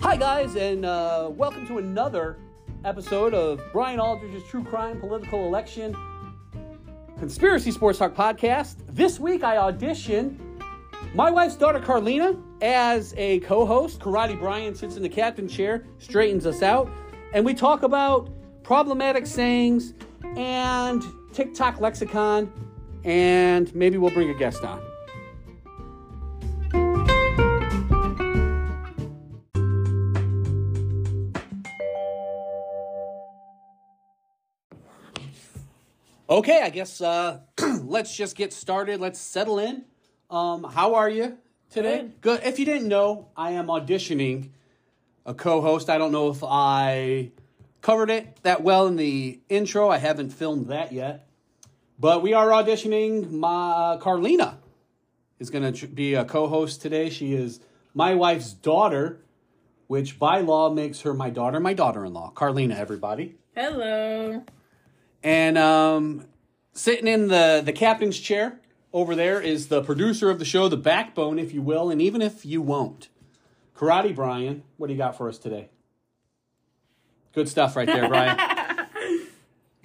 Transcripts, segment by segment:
Hi, guys, and uh, welcome to another episode of Brian Aldridge's True Crime Political Election Conspiracy Sports Talk Podcast. This week, I audition my wife's daughter, Carlina, as a co host. Karate Brian sits in the captain chair, straightens us out, and we talk about problematic sayings and TikTok lexicon, and maybe we'll bring a guest on. Okay, I guess uh, let's just get started. Let's settle in. Um, how are you today? Good. If you didn't know, I am auditioning a co-host. I don't know if I covered it that well in the intro. I haven't filmed that yet, but we are auditioning. My Carlina is going to be a co-host today. She is my wife's daughter, which by law makes her my daughter, my daughter-in-law, Carlina. Everybody. Hello. And um, sitting in the, the captain's chair over there is the producer of the show, the backbone, if you will, and even if you won't. Karate Brian, what do you got for us today? Good stuff right there, Brian.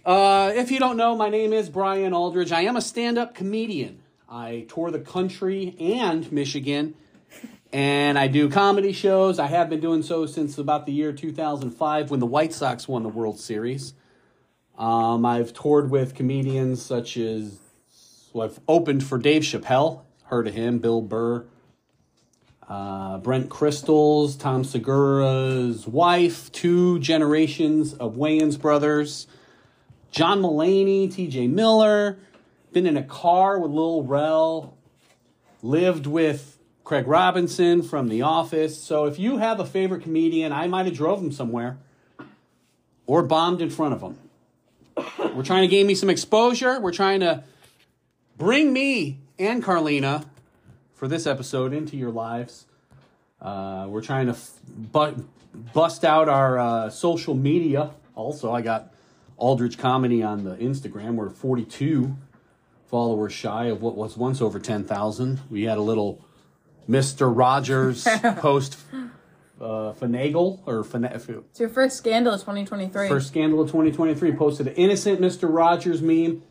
uh, if you don't know, my name is Brian Aldridge. I am a stand up comedian. I tour the country and Michigan, and I do comedy shows. I have been doing so since about the year 2005 when the White Sox won the World Series. Um, I've toured with comedians such as, well, I've opened for Dave Chappelle, heard of him, Bill Burr, uh, Brent Crystals, Tom Segura's wife, two generations of Wayans brothers, John Mullaney, TJ Miller, been in a car with Lil Rel, lived with Craig Robinson from The Office. So if you have a favorite comedian, I might have drove him somewhere or bombed in front of him. We're trying to gain me some exposure. We're trying to bring me and Carlina for this episode into your lives. Uh, we're trying to f- bu- bust out our uh, social media. Also, I got Aldridge Comedy on the Instagram. We're 42 followers shy of what was once over 10,000. We had a little Mr. Rogers post uh, finagle or fina- It's your first scandal of 2023. First scandal of 2023 posted an innocent Mr. Rogers meme,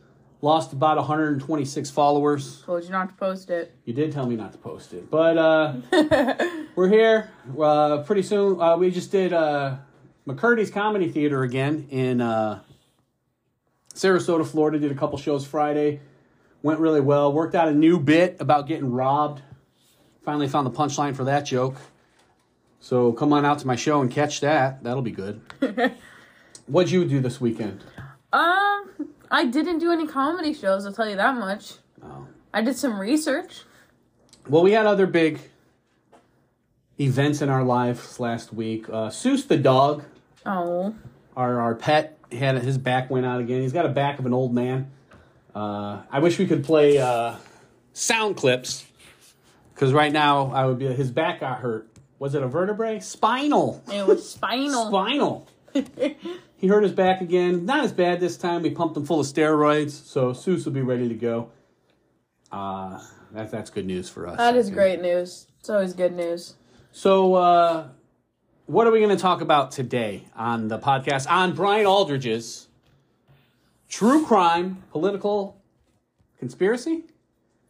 lost about 126 followers. Told you not to post it. You did tell me not to post it, but uh, we're here. Uh, pretty soon, uh, we just did uh, McCurdy's Comedy Theater again in uh, Sarasota, Florida. Did a couple shows Friday, went really well. Worked out a new bit about getting robbed. Finally found the punchline for that joke. So come on out to my show and catch that. That'll be good. What'd you do this weekend? Um, I didn't do any comedy shows, I'll tell you that much. Oh. I did some research. Well, we had other big events in our lives last week. Uh, Seuss the dog, Oh. our our pet, had his back went out again. He's got a back of an old man. Uh, I wish we could play uh, sound clips because right now I would be his back got hurt. Was it a vertebrae? Spinal. It was spinal. Spinal. he hurt his back again. Not as bad this time. We pumped him full of steroids, so Seuss will be ready to go. Uh, that, that's good news for us. that is I think. great news. It's always good news. So, uh, what are we going to talk about today on the podcast? On Brian Aldridge's True Crime Political Conspiracy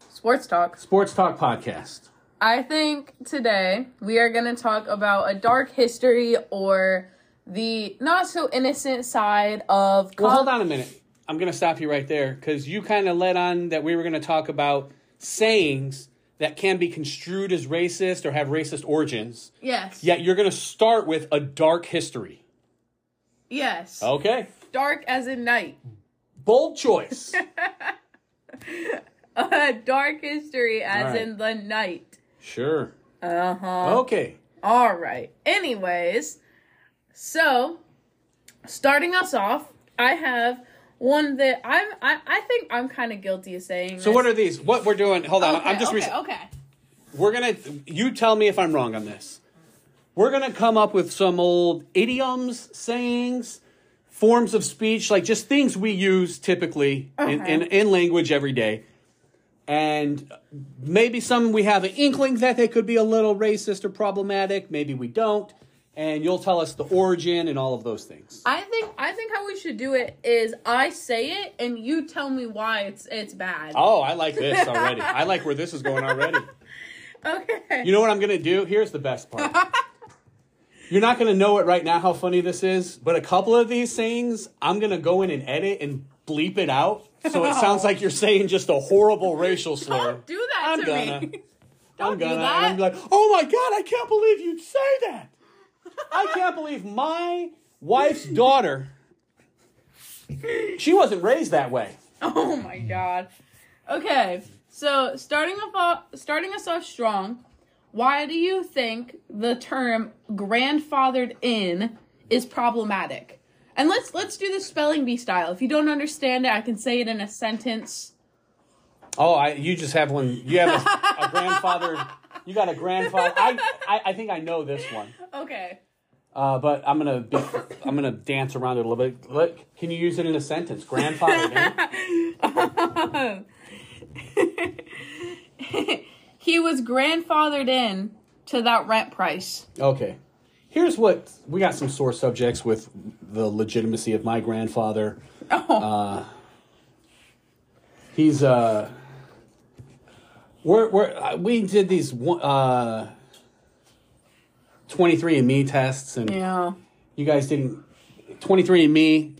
Sports talk. Sports Talk Podcast. I think today we are going to talk about a dark history or the not so innocent side of. Well, hold on a minute. I'm going to stop you right there because you kind of led on that we were going to talk about sayings that can be construed as racist or have racist origins. Yes. Yet you're going to start with a dark history. Yes. Okay. Dark as in night. Bold choice. A dark history as Right. in the night. sure. Uh huh. Okay. All right. Anyways, so starting us off, I have one that I'm I, I think I'm kind of guilty of saying. So what are these? What we're doing? Hold on, I'm just. okay, res- okay. We're gonna. You tell me if I'm wrong on this. We're gonna come up with some old idioms, sayings, forms of speech, like just things we use typically in, in, in language every day, and maybe some we have an inkling that they could be a little racist or problematic. Maybe we don't. and you'll tell us the origin and all of those things. I think I think how we should do it is I say it and you tell me why it's it's bad. Oh, I like this already. I like where this is going already. Okay. You know what I'm going to do? Here's the best part. You're not going to know it right now how funny this is, but a couple of these things I'm going to go in and edit and bleep it out so it sounds like you're saying just a horrible racial slur. Don't do that I'm to gonna. me. I'm Don't do gonna. that. And I'm like, oh my god, I can't believe you'd say that. I can't believe my wife's daughter. She wasn't raised that way. Oh my god. Okay, so starting off, uh, starting us off strong. Why do you think the term "grandfathered in" is problematic? And let's let's do the spelling bee style. If you don't understand it, I can say it in a sentence. Oh, I, you just have one. You have a, a grandfather. You got a grandfather. I, I, I think I know this one. Okay. Uh, but I'm gonna be, I'm gonna dance around it a little bit. Look, can you use it in a sentence? Grandfather. eh? he was grandfathered in to that rent price. okay. Here's what we got some sore subjects with the legitimacy of my grandfather. Uh, Oh, He's uh, we're we're uh, we did these one uh, 23andMe tests and yeah. you guys didn't 23andMe.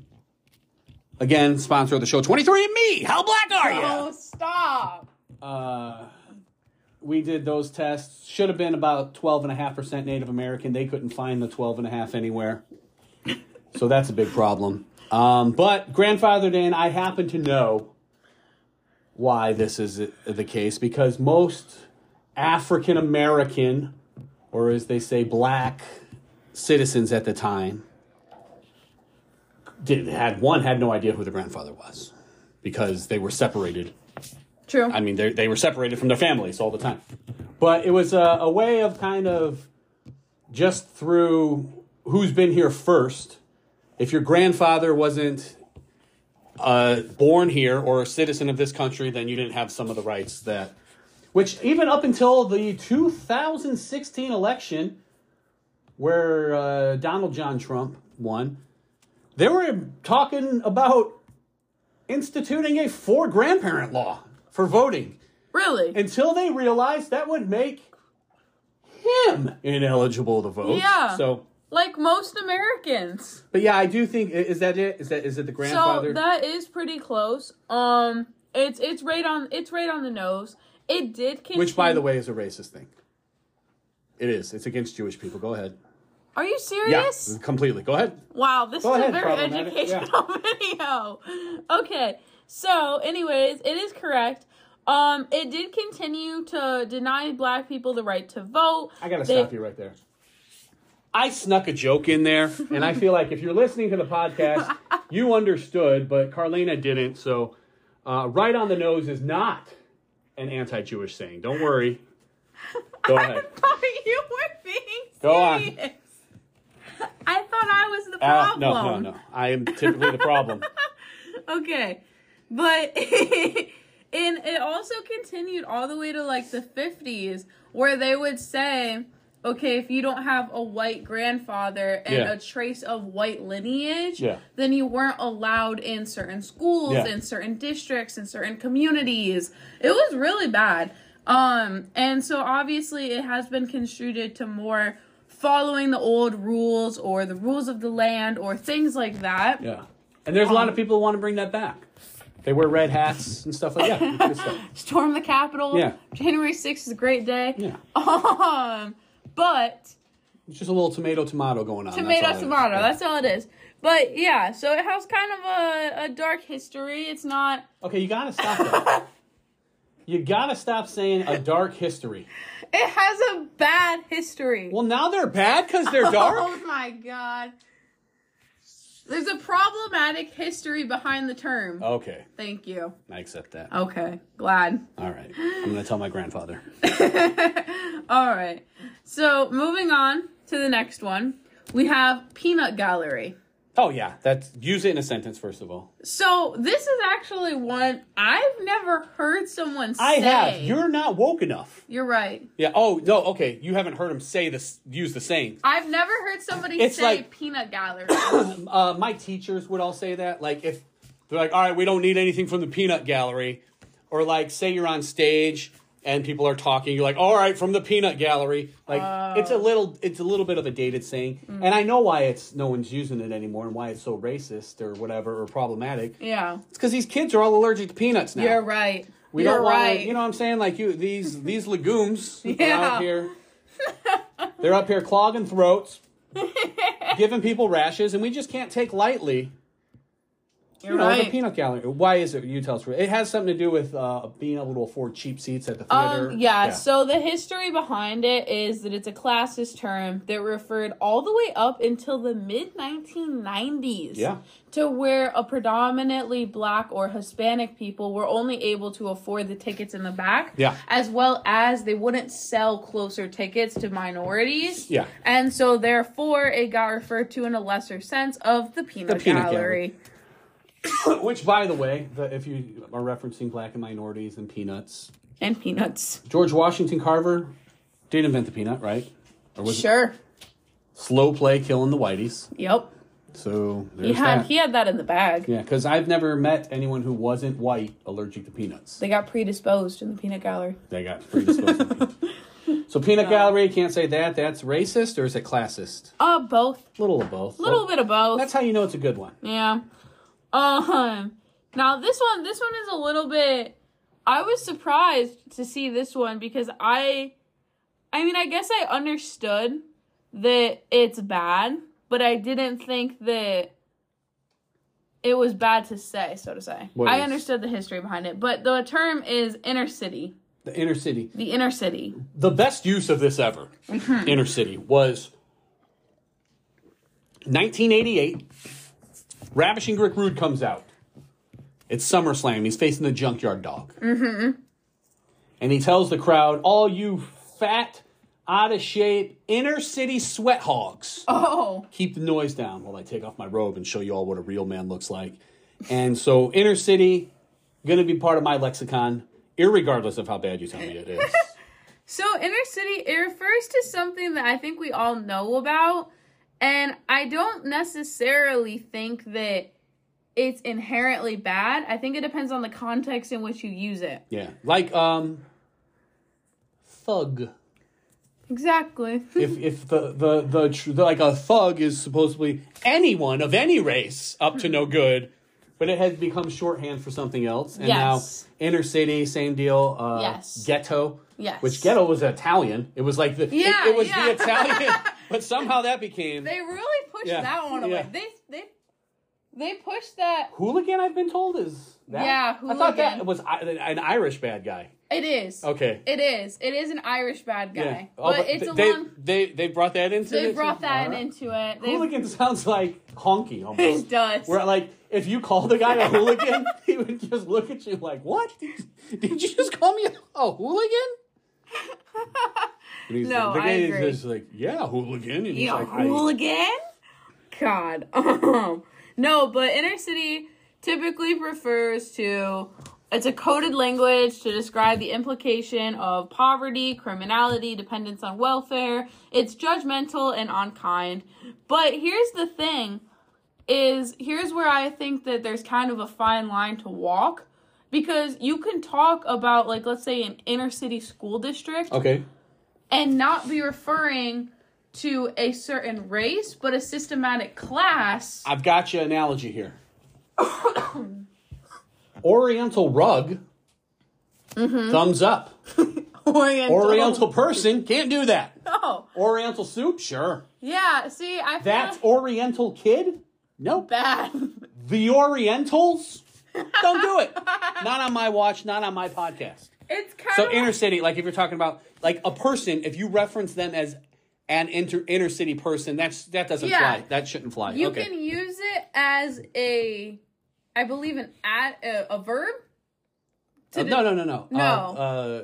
Again, sponsor of the show, 23andMe. How black are you? Oh, stop. we did those tests should have been about 12.5% native american they couldn't find the 12.5 anywhere so that's a big problem um, but grandfathered in i happen to know why this is the case because most african american or as they say black citizens at the time did had one had no idea who their grandfather was because they were separated True. I mean, they they were separated from their families all the time, but it was a, a way of kind of just through who's been here first. If your grandfather wasn't uh, born here or a citizen of this country, then you didn't have some of the rights that. Which even up until the 2016 election, where uh, Donald John Trump won, they were talking about instituting a four grandparent law for voting really? until they realized that would make him ineligible to vote. Yeah. So, like most Americans. but yeah, I do think i- is that it? Is that is it the grandfather? So that is pretty close. Um, it's it's right on it's right on the nose. It did continue. which, by the way, is a racist thing. It is. It's against Jewish people. Go ahead. are you Yeah, serious? completely. Go ahead. Wow, this Go is ahead, a very problematic. educational video. Okay, so anyways, it is correct. Um, it did continue to deny black people the right to vote. I gotta They- stop you right there. I snuck a joke in there, and I feel like if you're listening to the podcast, you understood, but Carlina didn't. So, uh, right on the nose is not an anti-Jewish saying. Don't worry. Go I ahead. thought you were being Go on. serious. I thought I was the Uh, problem. no, no, no. I am typically the problem. Okay, but and it also continued all the way to like the fifties, where they would say, "Okay, if you don't have a white grandfather and Yeah. a trace of white lineage, Yeah. then you weren't allowed in certain schools, Yeah. in certain districts, in certain communities." It was really bad. Um, and so obviously it has been construed to more following the old rules or the rules of the land or things like that. Yeah. And there's a lot of people who want to bring that back. They wear red hats and stuff like that. Yeah, good stuff. storm the Capitol. Yeah. January 6th is a great day. Yeah. Um, but It's just a little tomato tomato going on. tomato, That's all it is. tomato. Yeah. That's all it is. But yeah, so it has kind of a, a dark history. It's not. Okay, you gotta stop that. you gotta stop saying a dark history. It has a bad history. Well, now they're bad because they're dark. Oh my god. There's a problematic history behind the term. okay, Thank you. I accept that. Okay, glad. All right, I'm gonna tell my grandfather. All right. So moving on to the next one, we have Peanut Gallery. Oh yeah, that's use it in a sentence first of all. So this is actually one I've never heard someone say. I have. You're not woke enough. You're right. Yeah. Oh no. Okay. You haven't heard him say this. Use the saying. I've never heard somebody It's say like- peanut gallery. Uh, my teachers would all say that. Like if they're like, all right, we don't need anything from the peanut gallery, or like say you're on stage and people are talking, you're like, all right, from the peanut gallery. Like it's a little, it's a little bit of a dated saying, and I know why it's no one's using it anymore and why it's so racist or whatever or problematic. yeah. It's because these kids are all allergic to peanuts now. You're right. We You're don't wanna- right. you know what I'm saying? Like you, these these legumes are Yeah. out here. They're up here clogging throats, giving people rashes, and we just can't take lightly. You're You know, right. the peanut gallery. Why is it? You tell us. It has something to do with uh, being able to afford cheap seats at the theater. Um, yeah, so the history behind it is that it's a classist term that referred all the way up until the mid 1990s Yeah. to where a predominantly black or Hispanic people were only able to afford the tickets in the back, Yeah. as well as they wouldn't sell closer tickets to minorities. Yeah. And so, therefore, it got referred to in a lesser sense of the peanut, peanut gallery. gallery. Which, by the way, the, if you are referencing black and minorities and peanuts, and peanuts. George Washington Carver did invent the peanut, right? Or was Sure. it slow play killing the whiteys? Yep. So there's He had that. he had that in the bag. Yeah, because I've never met anyone who wasn't white allergic to peanuts. They got predisposed in the peanut gallery. They got predisposed. to peanuts. so peanut gallery can't say that. That's racist or is it classist? Uh, both. Little of both. little Well, bit of both. That's how you know it's a good one. yeah. Um. Now this one, this one is a little bit. I was surprised to see this one because I, I mean, I guess I understood that it's bad, but I didn't think that it was bad to say, so to say. What I is? understood the history behind it, but the term is inner city. The inner city. The inner city. The best use of this ever, inner city, was 1988. Ravishing Rick Rude comes out. It's SummerSlam. He's facing the Junkyard Dog. Mm-hmm. And he tells the crowd, all you fat, out of shape, inner city sweat hogs. Oh. keep the noise down while I take off my robe and show you all what a real man looks like. And so, inner city, gonna be part of my lexicon, irregardless of how bad you tell me it is. So inner city it refers to something that I think we all know about and I don't necessarily think that it's inherently bad. I think it depends on the context in which you use it. yeah, like um, thug. Exactly. If if the the the, tr- the like a thug is supposedly anyone of any race up to no good. But it has become shorthand for something else, and Yes. now inner city, same deal. Uh, Yes. Ghetto, Yes. which ghetto was Italian. It was like the it- Yeah, it, was yeah. the Italian, but somehow that became They really pushed Yeah, that one away. yeah. They they they pushed that Hooligan, I've been told, is that? Yeah, I thought that hooligan. was I- an Irish bad guy. it is. Okay. It is. It is an Irish bad guy. Yeah. But, Oh, it's th- a they, long They, they brought that into they it? brought that Alright. into it. They Hooligan sounds like honky it almost. does. Where, like, if you called a guy a hooligan, he would just look at you like, what? Did you just call me a, a hooligan? And he's- No, the guy I is agree. just like, yeah, hooligan. And he's Yeah, like, I- hooligan. God. Um, no, but inner city typically refers to it's a coded language to describe the implication of poverty, criminality, dependence on welfare. It's judgmental and unkind. But here's the thing is here's where I think that there's kind of a fine line to walk because you can talk about like let's say an inner city school district okay. and not be referring to a certain race but a systematic class. I've got you analogy here. Oriental rug, Mm-hmm. thumbs up. Oriental. Oriental person can't do that. Oh, Oriental soup, sure. yeah. See, I feel That's Oriental kid. Nope. bad. The Orientals don't do it. Not on my watch. Not on my podcast. It's kind So of inner city, like if you're talking about like a person, if you reference them as an inter, inner city person, that's that doesn't Yeah. fly. That shouldn't fly. you okay. Uh, can use it as a, I believe an ad, a, a verb. Uh, no, no, no, no. No. Uh,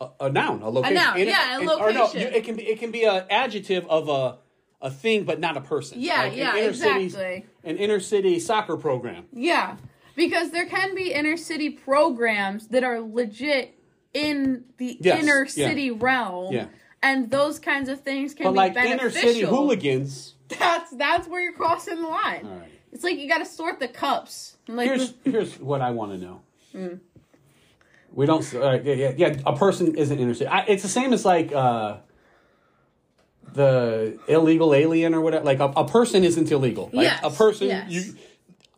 uh, a, a noun, a location. noun, In yeah, a in- Or no, location. you- it can be it can be an adjective of a a thing but not a person. Yeah, Like an yeah, inner city- exactly. an inner city soccer program. Yeah, because there can be inner city programs that are legit in the Yes, inner yeah. city realm. Yeah. And those kinds of things can But be like inner beneficial. city hooligans. That's that's where you're crossing the line. All right. It's like you got to sort the cups. And, Like Here's here's what I want to know. We don't. All right, yeah, yeah, yeah. A person isn't interested. I, it's the same as like uh, the illegal alien or whatever. Like a, a person isn't illegal. Like Yes, a person. yes. You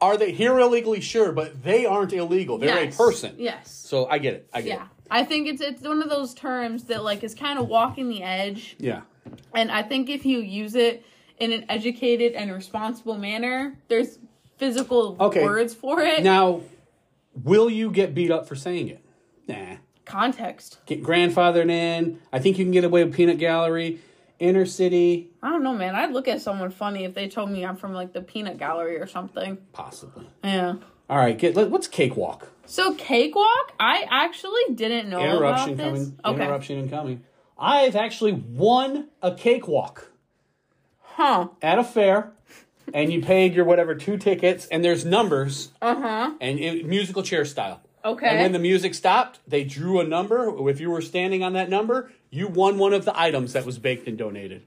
are they here illegally? Sure, but they aren't illegal. They're Yes, a person. Yes. So I get it. I get Yeah. I think it's it's one of those terms that like is kind of walking the edge. it. Yeah. And I think if you use it in an educated and responsible manner, there's physical Okay. words for it. Now, will you get beat up for saying it? Nah. Context. Get grandfathered in. I think you can get away with peanut gallery, inner city, I don't know, man. I'd look at someone funny if they told me I'm from like the peanut gallery or something. possibly. Yeah. All right. Get let, what's cakewalk? So cakewalk, I actually didn't know Interruption about this. coming. Interruption incoming. I've actually won a cakewalk Huh. at a fair, and you paid your whatever two tickets, and there's numbers, Uh huh. and it, musical chair style. Okay. And when the music stopped, they drew a number. If you were standing on that number, you won one of the items that was baked and donated.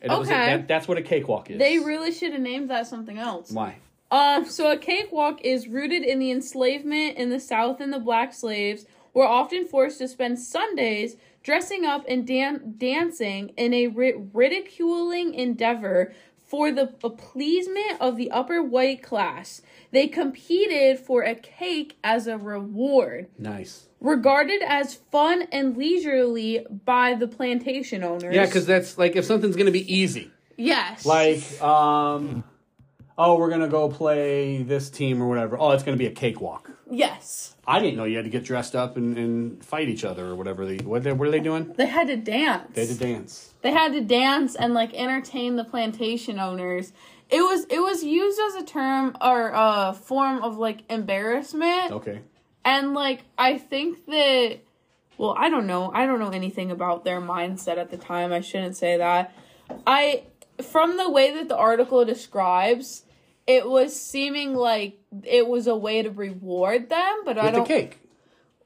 And it was a- Okay. that- that's what a cakewalk is. they really should have named that something else. why? Um, so a cakewalk is rooted in the enslavement in the South and the black slaves were often forced to spend Sundays dressing up and dan- dancing in a ri- ridiculing endeavor for the appeasement of the upper white class. They competed for a cake as a reward, Nice. regarded as fun and leisurely by the plantation owners. Yeah, because that's like if something's gonna be easy. yes, Like, um, oh, we're gonna go play this team or whatever. Oh, it's gonna be a cakewalk. yes, I didn't know you had to get dressed up and, and fight each other or whatever. They what they, were they doing? they had to dance. They had to dance. they had to dance and like entertain the plantation owners it was it was used as a term or a form of like embarrassment Okay. and like i think that well i don't know i don't know anything about their mindset at the time i shouldn't say that i from the way that the article describes it was seeming like it was a way to reward them but i With the don't cake.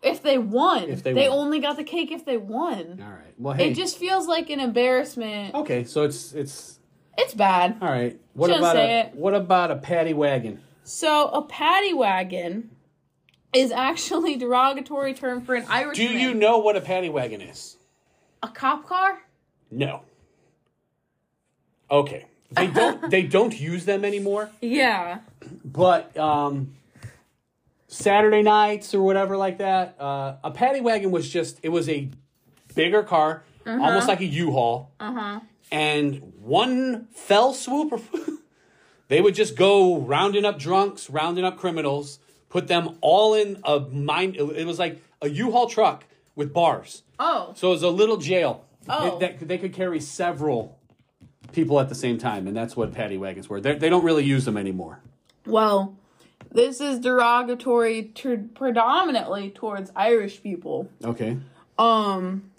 if they won If they won. only got the cake if they won All right. Well, hey. it just feels like an embarrassment okay, so it's it's it's bad all right. What Shouldn't about say a it. what about a paddy wagon? So a paddy wagon is actually derogatory term for an Irish. Do you know what a paddy wagon is? a cop car? No. Okay. They don't they don't use them anymore. Yeah. But um Saturday nights or whatever like that, uh a paddy wagon was just it was a bigger car, almost like a U-Haul. Uh huh. And one fell swoop of- they would just go rounding up drunks, rounding up criminals, put them all in a mine it it was like a U-Haul truck with bars. Oh. So it was a little jail. Oh. It- that, they could carry several people at the same time, and that's what paddy wagons were. They're, they don't really use them anymore. Well, this is derogatory to predominantly towards Irish people. Okay. Um,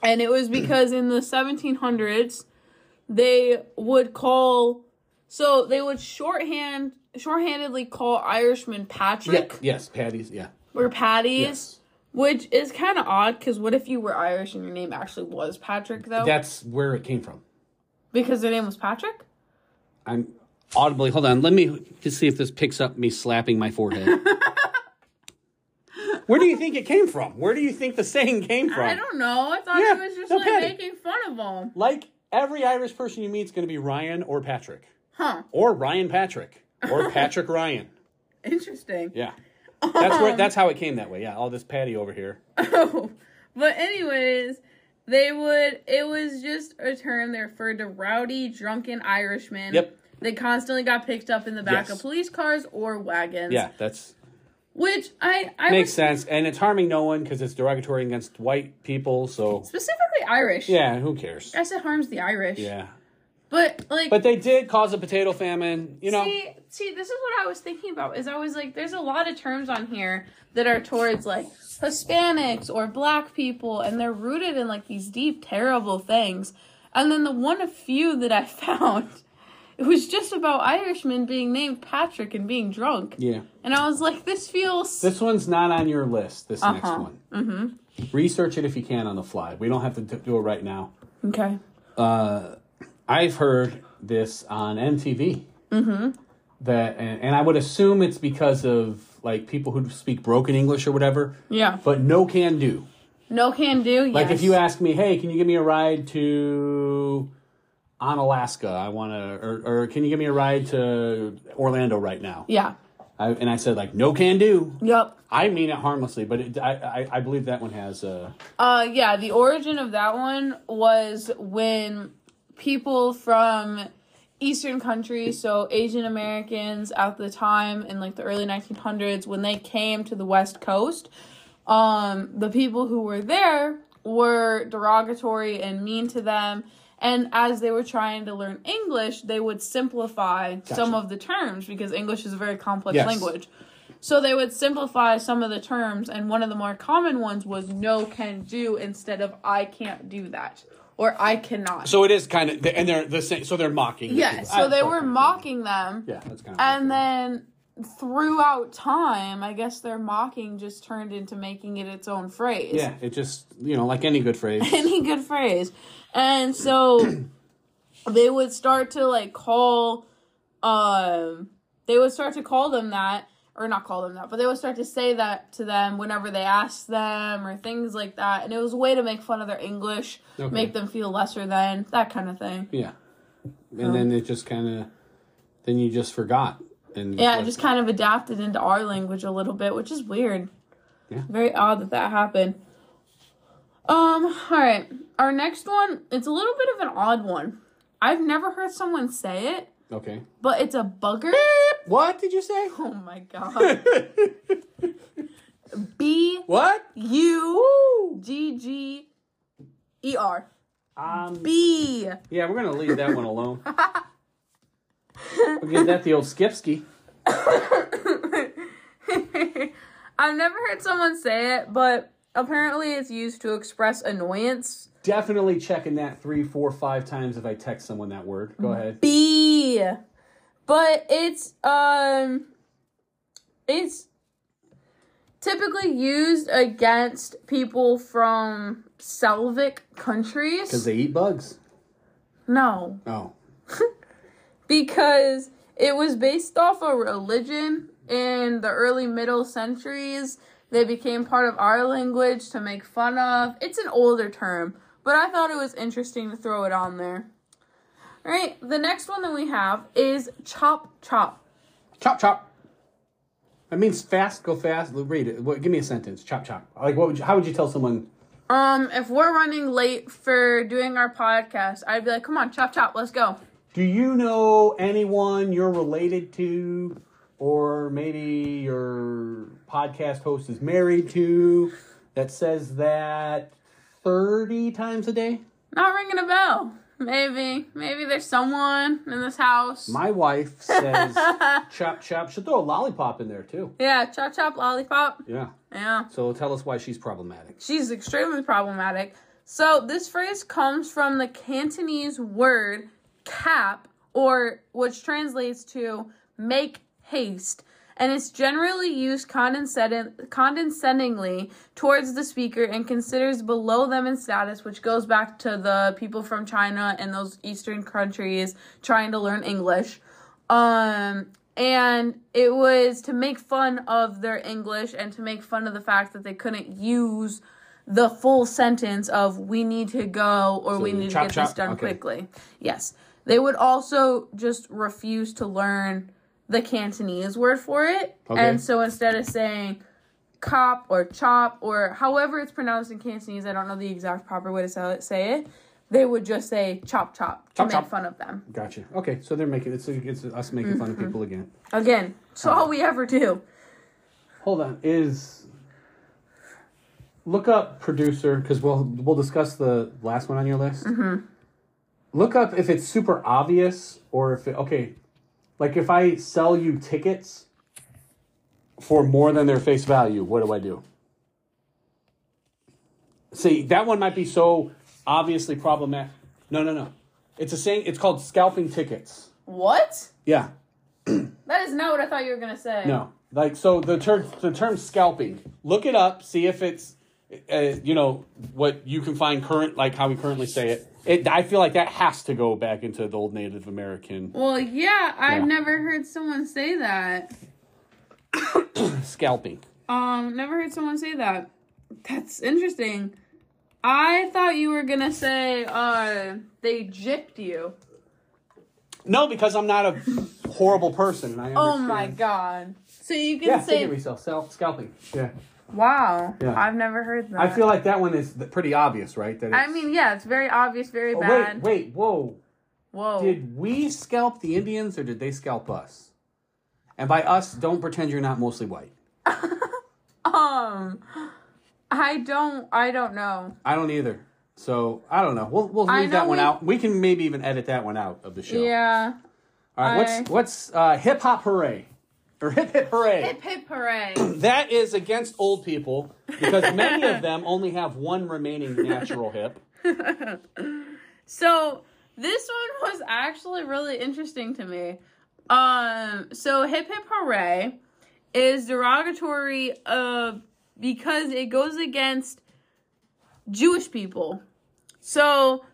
and it was because in the 1700s, they would call. So they would shorthand, shorthandedly call Irishmen Patrick Yes, paddies. Yeah. or Paddies. Yes. Which is kind of odd because what if you were Irish and your name actually was Patrick, though? That's where it came from. because their name was Patrick? I'm audibly. Hold on. Let me just see if this picks up me slapping my forehead. where do you think it came from? Where do you think the saying came from? I don't know. I thought Yeah, he was just no like Paddy. making fun of them. Like every Irish person you meet is going to be Ryan or Patrick, Huh. or Ryan Patrick, or Patrick Ryan. Interesting. Yeah. That's Um. where that's how it came that way. Yeah, all this patty over here. But, anyways, they would, it was just a term they referred to rowdy, drunken Irishmen. Yep. They constantly got picked up in the back Yes. of police cars or wagons. Yeah, that's Which I, I makes was sense and it's harming no one cuz it's derogatory against white people, so specifically Irish. yeah, who cares? I said harms the Irish. Yeah. But, like, But they did cause a potato famine, you know. See, see, this is what I was thinking about. Is I was like, there's a lot of terms on here that are towards like Hispanics or Black people, and they're rooted in like these deep, terrible things. And then the one of few that I found, it was just about Irishmen being named Patrick and being drunk. Yeah. And I was like, this feels. This one's not on your list, this next Uh-huh. one. Mm-hmm. Research it if you can on the fly. We don't have to d- do it right now. okay. I've heard this on MTV. Mm-hmm. That and, and I would assume it's because of like people who speak broken English or whatever, Yeah. but no can do. No can do. Like yes. if you ask me, hey, can you give me a ride to on Alaska? I want to, or, or can you give me a ride to Orlando right now? Yeah. I, and I said like, no can do. Yep. I mean it harmlessly, but it, I, I I believe that one has a Uh, yeah, the origin of that one was when people from Eastern countries, so Asian Americans at the time in like the early 1900s, when they came to the West Coast, um, the people who were there were derogatory and mean to them. And as they were trying to learn English, they would simplify some of the terms because English is a very complex Yes. language. So they would simplify some of the terms, and one of the more common ones was no can do instead of I can't do that or I cannot. So it is kind of, and they're the same. So they're mocking. the yeah, people. so I they fucking- were mocking them. Yeah, that's kind of. And then throughout time, I guess their mocking just turned into making it its own phrase. Yeah, it just you know like any good phrase. Any good phrase. And so they would start to like call um they would start to call them that or not call them that, but they would start to say that to them whenever they asked them or things like that. And it was a way to make fun of their English, Okay. make them feel lesser than, that kind of thing. yeah, and then it just kind of, then you just forgot. And Yeah, it just kind of adapted into our language a little bit, which is weird. Yeah. Very odd that that happened. Um, all right. Our next one, it's a little bit of an odd one. I've never heard someone say it, okay. but it's a bugger. What did you say? Oh my god. B what? U G G E R. Um, B. yeah, we're gonna leave that one alone. we'll give that the old Skipsky. I've never heard someone say it, but apparently it's used to express annoyance. Definitely checking that three, four, five times if I text someone that word. Mm-hmm. Go ahead. B. But it's um it's typically used against people from Selvic Because countries. they eat bugs. no, Oh, because it was based off a religion in the early middle centuries. They became part of our language to make fun of. It's an older term, but I thought it was interesting to throw it on there. All right, the next one that we have is chop chop. chop chop. That means fast. Go fast. Read it. What, give me a sentence. Chop chop. Like what? Would you, how would you tell someone? Um, if we're running late for doing our podcast, I'd be like, "Come on, chop chop, let's go." Do you know anyone you're related to, or maybe your podcast host is married to, that says that 30 times a day? Not ringing a bell. Maybe, maybe there's someone in this house. My wife says chop chop. She'll throw a lollipop in there too. yeah, chop chop, lollipop. Yeah. Yeah, So tell us why she's problematic. she's extremely problematic. So this phrase comes from the Cantonese word "cap," or which translates to "make haste." And it's generally used condescending, condescendingly towards the speaker and considers below them in status, which goes back to the people from China and those Eastern countries trying to learn English. Um, and it was to make fun of their English and to make fun of the fact that they couldn't use the full sentence of "we need to go" or "we need chop, to get this chop, done okay. quickly." Yes, they would also just refuse to learn the Cantonese word for it, Okay. and so instead of saying cop or chop or however it's pronounced in Cantonese, I don't know the exact proper way to sell it, say it. They would just say chop chop to Chop, make chop. fun of them. Gotcha. Okay, so they're making it's it's us making fun of people again. Again, it's all we ever do. Hold on. Is look up producer because we'll we'll discuss the last one on your list. Look up if it's super obvious or if it, okay, like if I sell you tickets for more than their face value, what do I do? See, that one might be so obviously problematic. No, no, no. It's a saying. It's called scalping tickets. What? Yeah. That is not what I thought you were gonna say. No. Like so, the term the term scalping. Look it up. See if it's uh, you know what you can find current like how we currently say it. It. I feel like that has to go back into the old Native American Well, yeah, I've Yeah. never heard someone say that. scalping. Um, never heard someone say that. That's interesting. I thought you were gonna say uh they gypped you. No, because I'm not a horrible person. And I Oh understand. my god. So you can Yeah, think say of yourself. Sel- Scalping. Yeah. Wow. Yeah. I've never heard that. I feel like that one is th- pretty obvious, right? That I it's- mean, yeah, it's very obvious, very Oh, bad. wait, wait, whoa. Whoa. Did we scalp the Indians or did they scalp us? And by us, don't pretend you're not mostly white. Um I don't I don't know. I don't either. So I don't know. We'll we'll I leave that know one we- out. We can maybe even edit that one out of the show. Yeah. All right. I- What's what's uh, hip hop hooray or hip hip hooray? Hip hip hooray. That is against old people because many of them only have one remaining natural hip. so this one was actually really interesting to me. Um so hip hip hooray is derogatory uh because it goes against Jewish people. So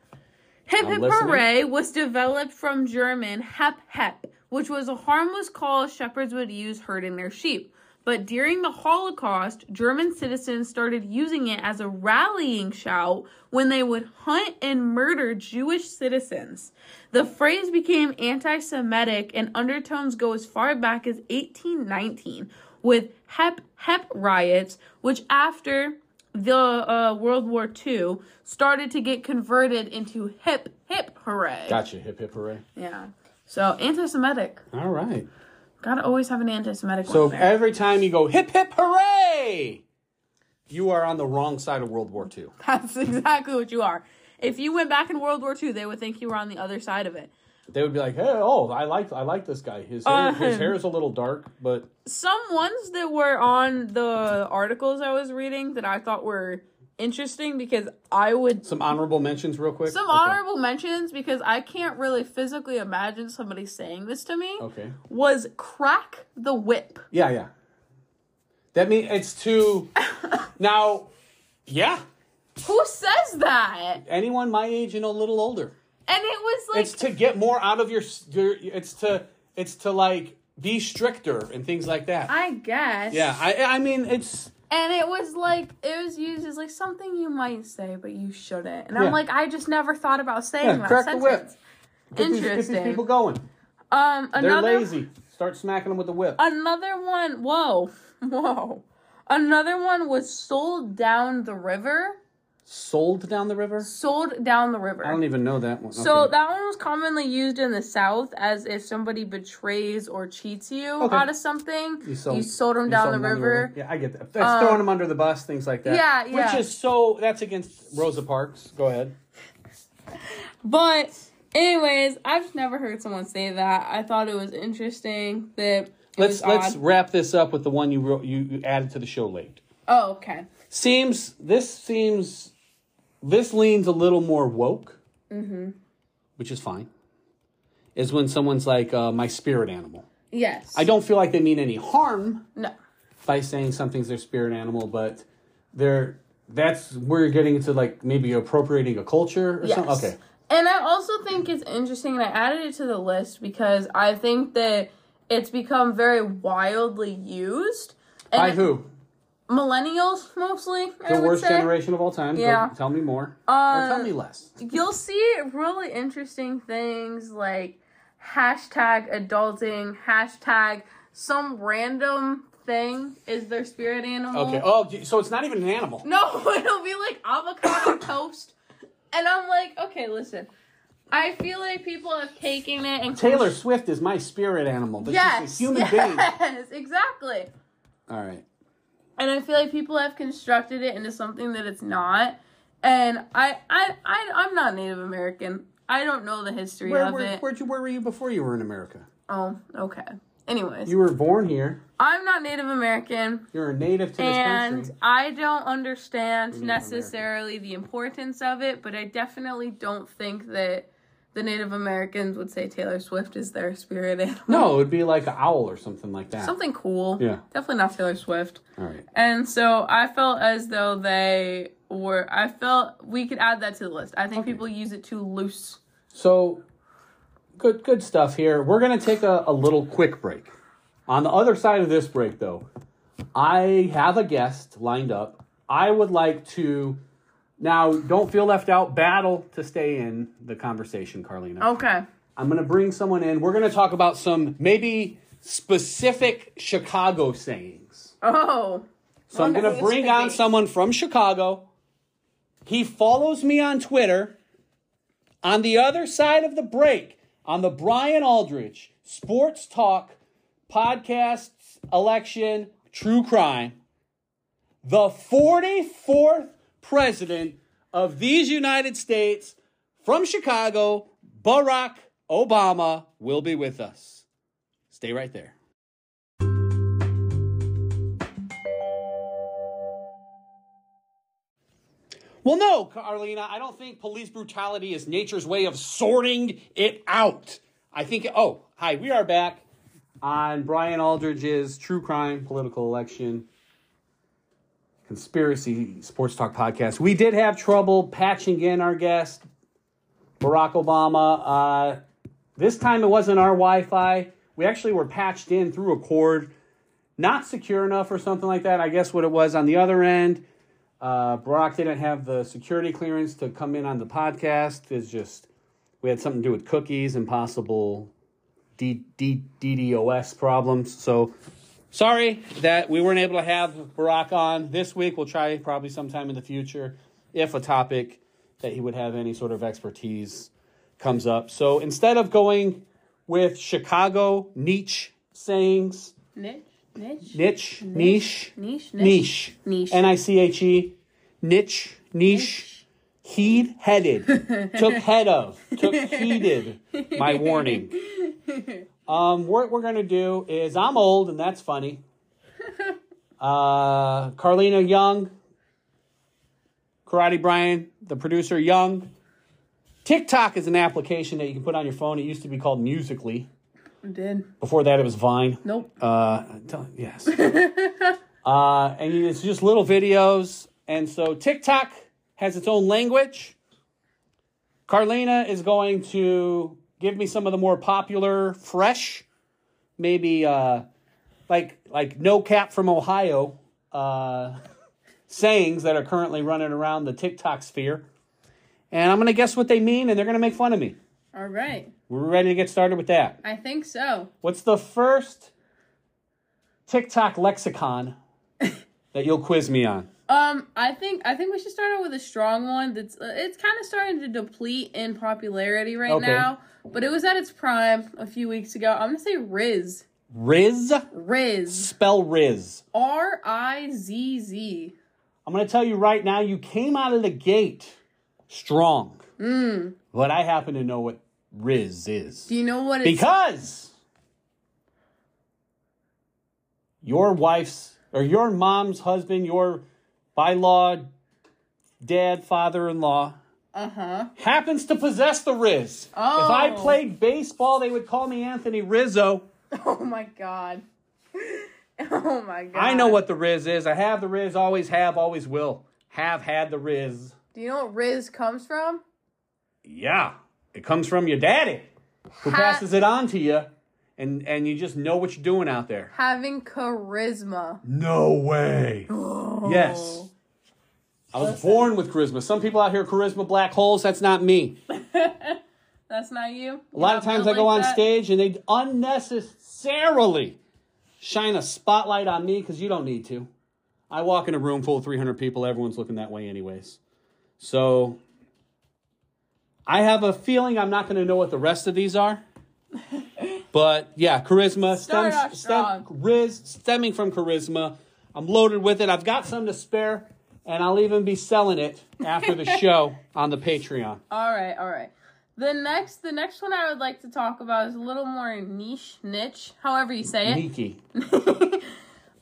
hip I'm hip listening. hooray was developed from German hep hep, which was a harmless call shepherds would use herding their sheep. But during the Holocaust, German citizens started using it as a rallying shout when they would hunt and murder Jewish citizens. The phrase became anti Semitic and undertones go as far back as 1819 with Hep Hep riots, which after the uh, World War II started to get converted into Hip Hip Hooray. Gotcha. Hip hip hooray. Yeah. So anti Semitic. All right. Gotta always have an anti Semitic So one. if there. every time you go hip hip hooray, you are on the wrong side of World War II. That's exactly what you are. If you went back in World War II, they would think you were on the other side of it. They would be like, "Hey, oh, I like I like this guy. His hair, his Uh, hair is a little dark, but some ones that were on the articles I was reading that I thought were interesting because I would some honorable mentions, real quick. some Okay. honorable mentions because I can't really physically imagine somebody saying this to me Okay. was crack the whip. Yeah, yeah. That means it's too. now, yeah. Who says that? Anyone my age and a little older. And it was like It's to get more out of your. s- your it's to. It's to like be stricter and things like that. I guess. yeah, I. I mean, it's. And it was like it was used as like something you might say but you shouldn't. And Yeah. I'm like I just never thought about saying Yeah, that crack the whip. sentence. Get these, get these Interesting. people going. Um They're another Uh, lazy. Start smacking them with the whip. Another one, whoa, whoa. Another one was sold down the river. Sold down the river. Sold down the river. I don't even know that one. so Okay. that one was commonly used in the South as if somebody betrays or cheats you Okay. out of something. You sold- sold, them You down, sold the, 'em river. Um, Yeah, I get that. That's throwing them under the bus, things like that. yeah, yeah. Which is so. That's against Rosa Parks. Go ahead. But anyways, I've just never heard someone say that. I thought it was interesting that it Let's was odd. let's wrap this up with the one you wrote, you, you added to the show late. Oh, okay. Seems this seems this leans a little more woke, mm-hmm. which is fine. Is when someone's like uh, my spirit animal. Yes. I don't feel like they mean any harm no. by saying something's their spirit animal, but they're that's we're getting into like maybe appropriating a culture or something. Yes. Okay. And I also think it's interesting, and I added it to the list because I think that it's become very wildly used. And By who? Millennials mostly. The I would worst say. generation of all time. Go- Yeah. tell me more. or Uh, tell me less. You'll see really interesting things like hashtag adulting, hashtag some random thing is their spirit animal. Okay. Oh, d- so it's not even an animal. No, it'll be like avocado toast. And I'm like, okay, listen. I feel like people have taken it and Taylor Swift is my spirit animal, but yes, she's a human being. yes, exactly. All right. And I feel like people have constructed it into something that it's not. And I, I, I I'm not Native American. I don't know the history Where, of where, it. where'd you, where were you before you were in America? oh, okay. Anyways, You were born here. I'm not Native American. You're a native to this and country. I don't understand Native necessarily the importance of it, but I definitely don't think that the Native Americans would say Taylor Swift is their spirit animal. No, it would be like an owl or something like that. Something cool. Yeah. Definitely not Taylor Swift. All right. And so I felt as though they were, I felt we could add that to the list. I think people use it too loose. So good good stuff here. We're gonna take a, a little quick break. On the other side of this break though, I have a guest lined up. I would like to now don't feel left out, battle to stay in the conversation, Carlina. Okay. I'm gonna bring someone in. We're gonna talk about some maybe specific Chicago sayings. Oh. So I'm Wonder going who to this bring could on be. someone from Chicago. He follows me on Twitter. On the other side of the break, on the Brian Aldrich Sports Talk Podcasts Election True Crime, the 44th president of these United States from Chicago, Barack Obama, will be with us. Stay right there. Well, no, Carlina, I don't think police brutality is nature's way of sorting it out. I think, oh, hi, we are back on Brian Aldridge's True Crime Political Election Conspiracy Sports Talk podcast. We did have trouble patching in our guest, Barack Obama. Uh, this time it wasn't our Wi Fi. We actually were patched in through a cord, not secure enough or something like that. I guess what it was on the other end. Uh, Barack didn't have the security clearance to come in on the podcast. It's just we had something to do with cookies and possible D- D- DDoS problems. So sorry that we weren't able to have Barack on this week. We'll try probably sometime in the future if a topic that he would have any sort of expertise comes up. So instead of going with Chicago niche sayings, Niche? Niche? niche, niche, Niche? niche, Niche. N I C H E, niche, niche, heed headed, took head of, took heeded my warning. Um, what we're gonna do is I'm old and that's funny. Uh, Carlina Young, Karate Brian, the producer Young. TikTok is an application that you can put on your phone. It used to be called Musically. Did. Before that, it was Vine. Nope. Uh, tell, yes. uh, and it's just little videos. And so TikTok has its own language. Carlina is going to give me some of the more popular, fresh, maybe uh, like like no cap from Ohio uh, sayings that are currently running around the TikTok sphere. And I'm gonna guess what they mean, and they're gonna make fun of me. All right. We're ready to get started with that. I think so. What's the first TikTok lexicon that you'll quiz me on? Um, I think I think we should start out with a strong one. That's uh, it's kind of starting to deplete in popularity right Okay. now, but it was at its prime a few weeks ago. I'm gonna say Riz, Riz. Riz, Spell Riz. R I Z Z. I'm going to tell you right now, you came out of the gate strong. But I happen to know what Riz is. Do you know what it's? Because your wife's or your mom's husband, your by law dad, father in law, uh huh. happens to possess the Riz. Oh. If I played baseball, they would call me Anthony Rizzo. Oh my god. oh my god. I know what the Riz is. I have the Riz, always have, always will. Have had the Riz. Do you know what Riz comes from? Yeah. It comes from your daddy who Ha- passes it on to you and and you just know what you're doing out there. Having charisma. No way. Yes. Oh. I was born with charisma. Some people out here charisma black holes, that's not me. That's not you. A lot of times I go on stage and they unnecessarily shine a spotlight on me because you don't need to. I walk in a room full of 300 people, everyone's looking that way, anyways. So I have a feeling I'm not going to know what the rest of these are. But yeah, charisma Start off stems stem, strong. riz, stemming from charisma. I'm loaded with it. I've got some to spare, and I'll even be selling it after the show on the Patreon. All right, all right. The next, the next one I would like to talk about is a little more niche, niche, however you say it. Sneaky.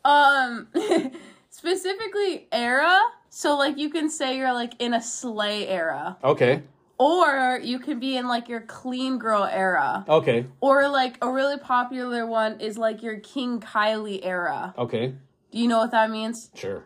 um, specifically era. So like you can say you're like in a slay era, Okay. or you can be in like your clean girl era, Okay. or like a really popular one is like your King Kylie era. Okay. Do you know what that means? Sure.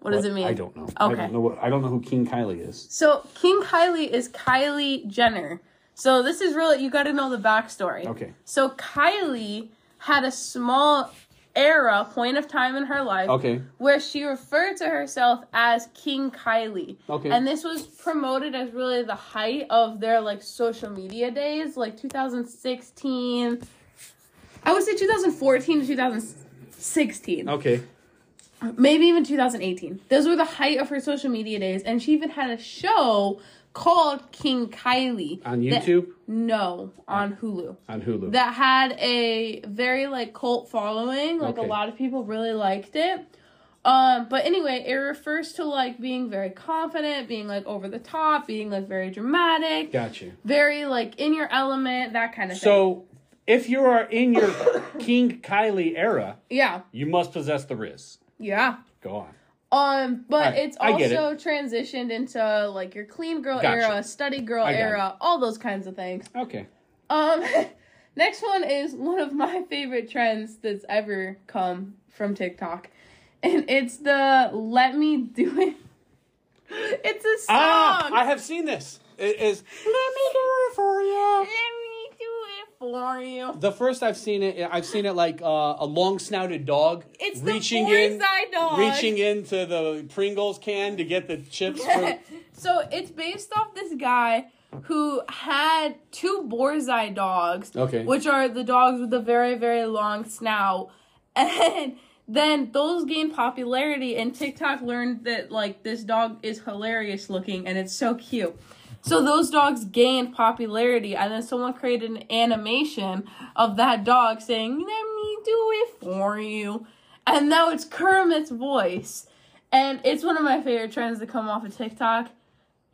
What does it mean? I don't know. I Okay. don't know what I don't know who King Kylie is. So King Kylie is Kylie Jenner. So this is really you got to know the backstory. Okay. So Kylie had a small era point of time in her life Okay. where she referred to herself as King Kylie. Okay. And this was promoted as really the height of their like social media days, like 2016. I would say 2014 to 2016 Okay. maybe even 2018. Those were the height of her social media days, and she even had a show called King Kylie On that- YouTube? Oh. no, on Hulu. On Hulu. That had a very like cult following. Like Okay. a lot of people really liked it. Um, but anyway, it refers to like being very confident, being like over the top, being like very dramatic, gotcha. very like in your element, that kind of thing. So if you are in your King Kylie era, Yeah, you must possess the Riz. yeah. Go on. Um, but Alright, it's I get also transitioned into like your clean girl Gotcha. era, study girl I got era, all those kinds of things. Okay. Um, next one is one of my favorite trends that's ever come from TikTok, and it's the "Let Me Do It." It's a song. Ah, I have seen this. It is Let me do it for you. Let me do it for you. The first I've seen it, I've seen it like uh, a long snouted dog It's the reaching in, boy's-eye dog. reaching into the Pringles can to get the chips. For, so it's based off this guy who had two Borzai dogs, Okay. which are the dogs with a very very long snout, and then those gained popularity, and TikTok learned that like this dog is hilarious looking and it's so cute. So those dogs gained popularity, and then someone created an animation of that dog saying, "Let me do it for you," and now it's Kermit's voice. And it's one of my favorite trends to come off of TikTok.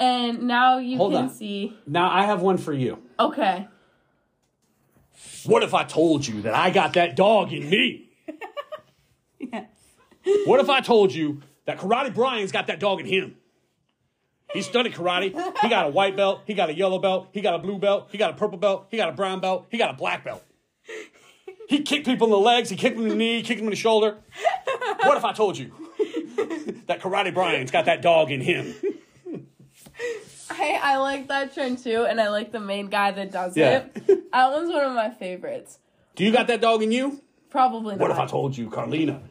And now you Hold can on. see. now I have one for you. Okay. What if I told you that I got that dog in me? Yes. What if I told you that Karate Brian's got that dog in him? He studied karate. He got a white belt. He got a yellow belt. He got a blue belt. He got a purple belt. He got a brown belt. He got a black belt. He kicked people in the legs. He kicked them in the knee. Kicked them in the shoulder. What if I told you that Karate Brian's got that dog in him? I, I like that trend too, and I like the main guy that does Yeah. it. That one's one of my favorites. Do you got that dog in you? Probably not. What if I told you Carlina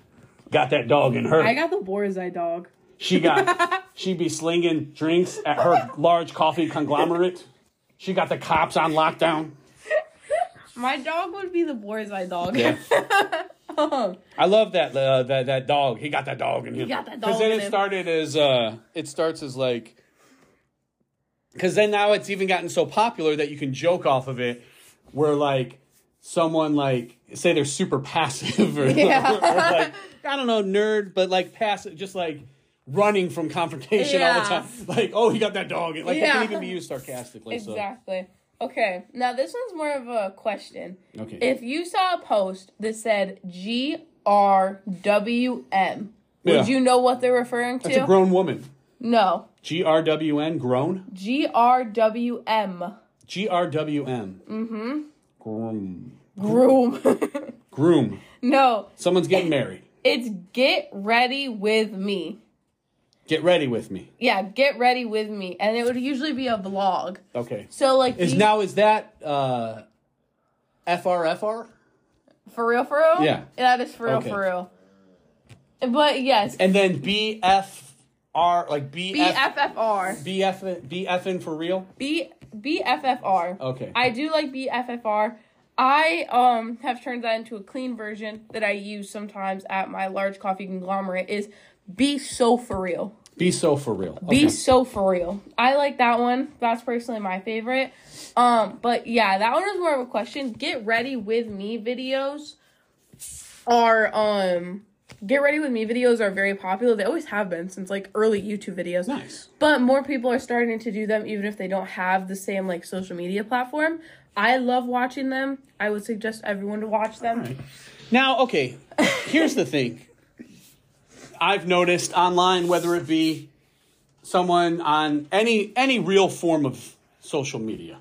got that dog in her? I got the Borzai dog. She got she be slinging drinks at her large coffee conglomerate. She got the cops on lockdown. My dog would be the Borzai dog. Yeah. Um, I love that uh, that that dog. He got that dog in him. got that Because dog then in it him. started as uh, it starts as like. Because then now it's even gotten so popular that you can joke off of it, where like someone like say they're super passive or, Yeah. or, like I don't know nerd, but like passive, just like running from confrontation all the Yeah. time. Like oh, he got that dog. Like it Yeah. can even be used sarcastically. So. exactly. Okay. Now this one's more of a question. Okay. If you saw a post that said G R W M, would Yeah. you know what they're referring to? It's a grown woman. no. G R W N, grown. G R W M. G R W M. Mm-hmm. Groom. Groom. Groom. no, Someone's getting married. it's get ready with me. Get ready with me. Yeah, get ready with me. And it would usually be a vlog. Okay. So like Is these- now is that uh FRFR? for real for real? Yeah. That is for real Okay. for real. But yes, And then BFR like BF BFFR. BF BFN for real? B BFFR. Okay. I do like BFFR. I um have turned that into a clean version that I use sometimes at my large coffee conglomerate is be so for real. Be so for real. Be Okay. so for real. I like that one. That's personally my favorite. Um, but yeah, that one was more of a question. Get ready with me videos are um get ready with me videos are very popular. They always have been since like early YouTube videos. Nice. But more people are starting to do them even if they don't have the same like social media platform. I love watching them. I would suggest everyone to watch them. Now, okay, here's the thing. I've noticed online, whether it be someone on any any real form of social media,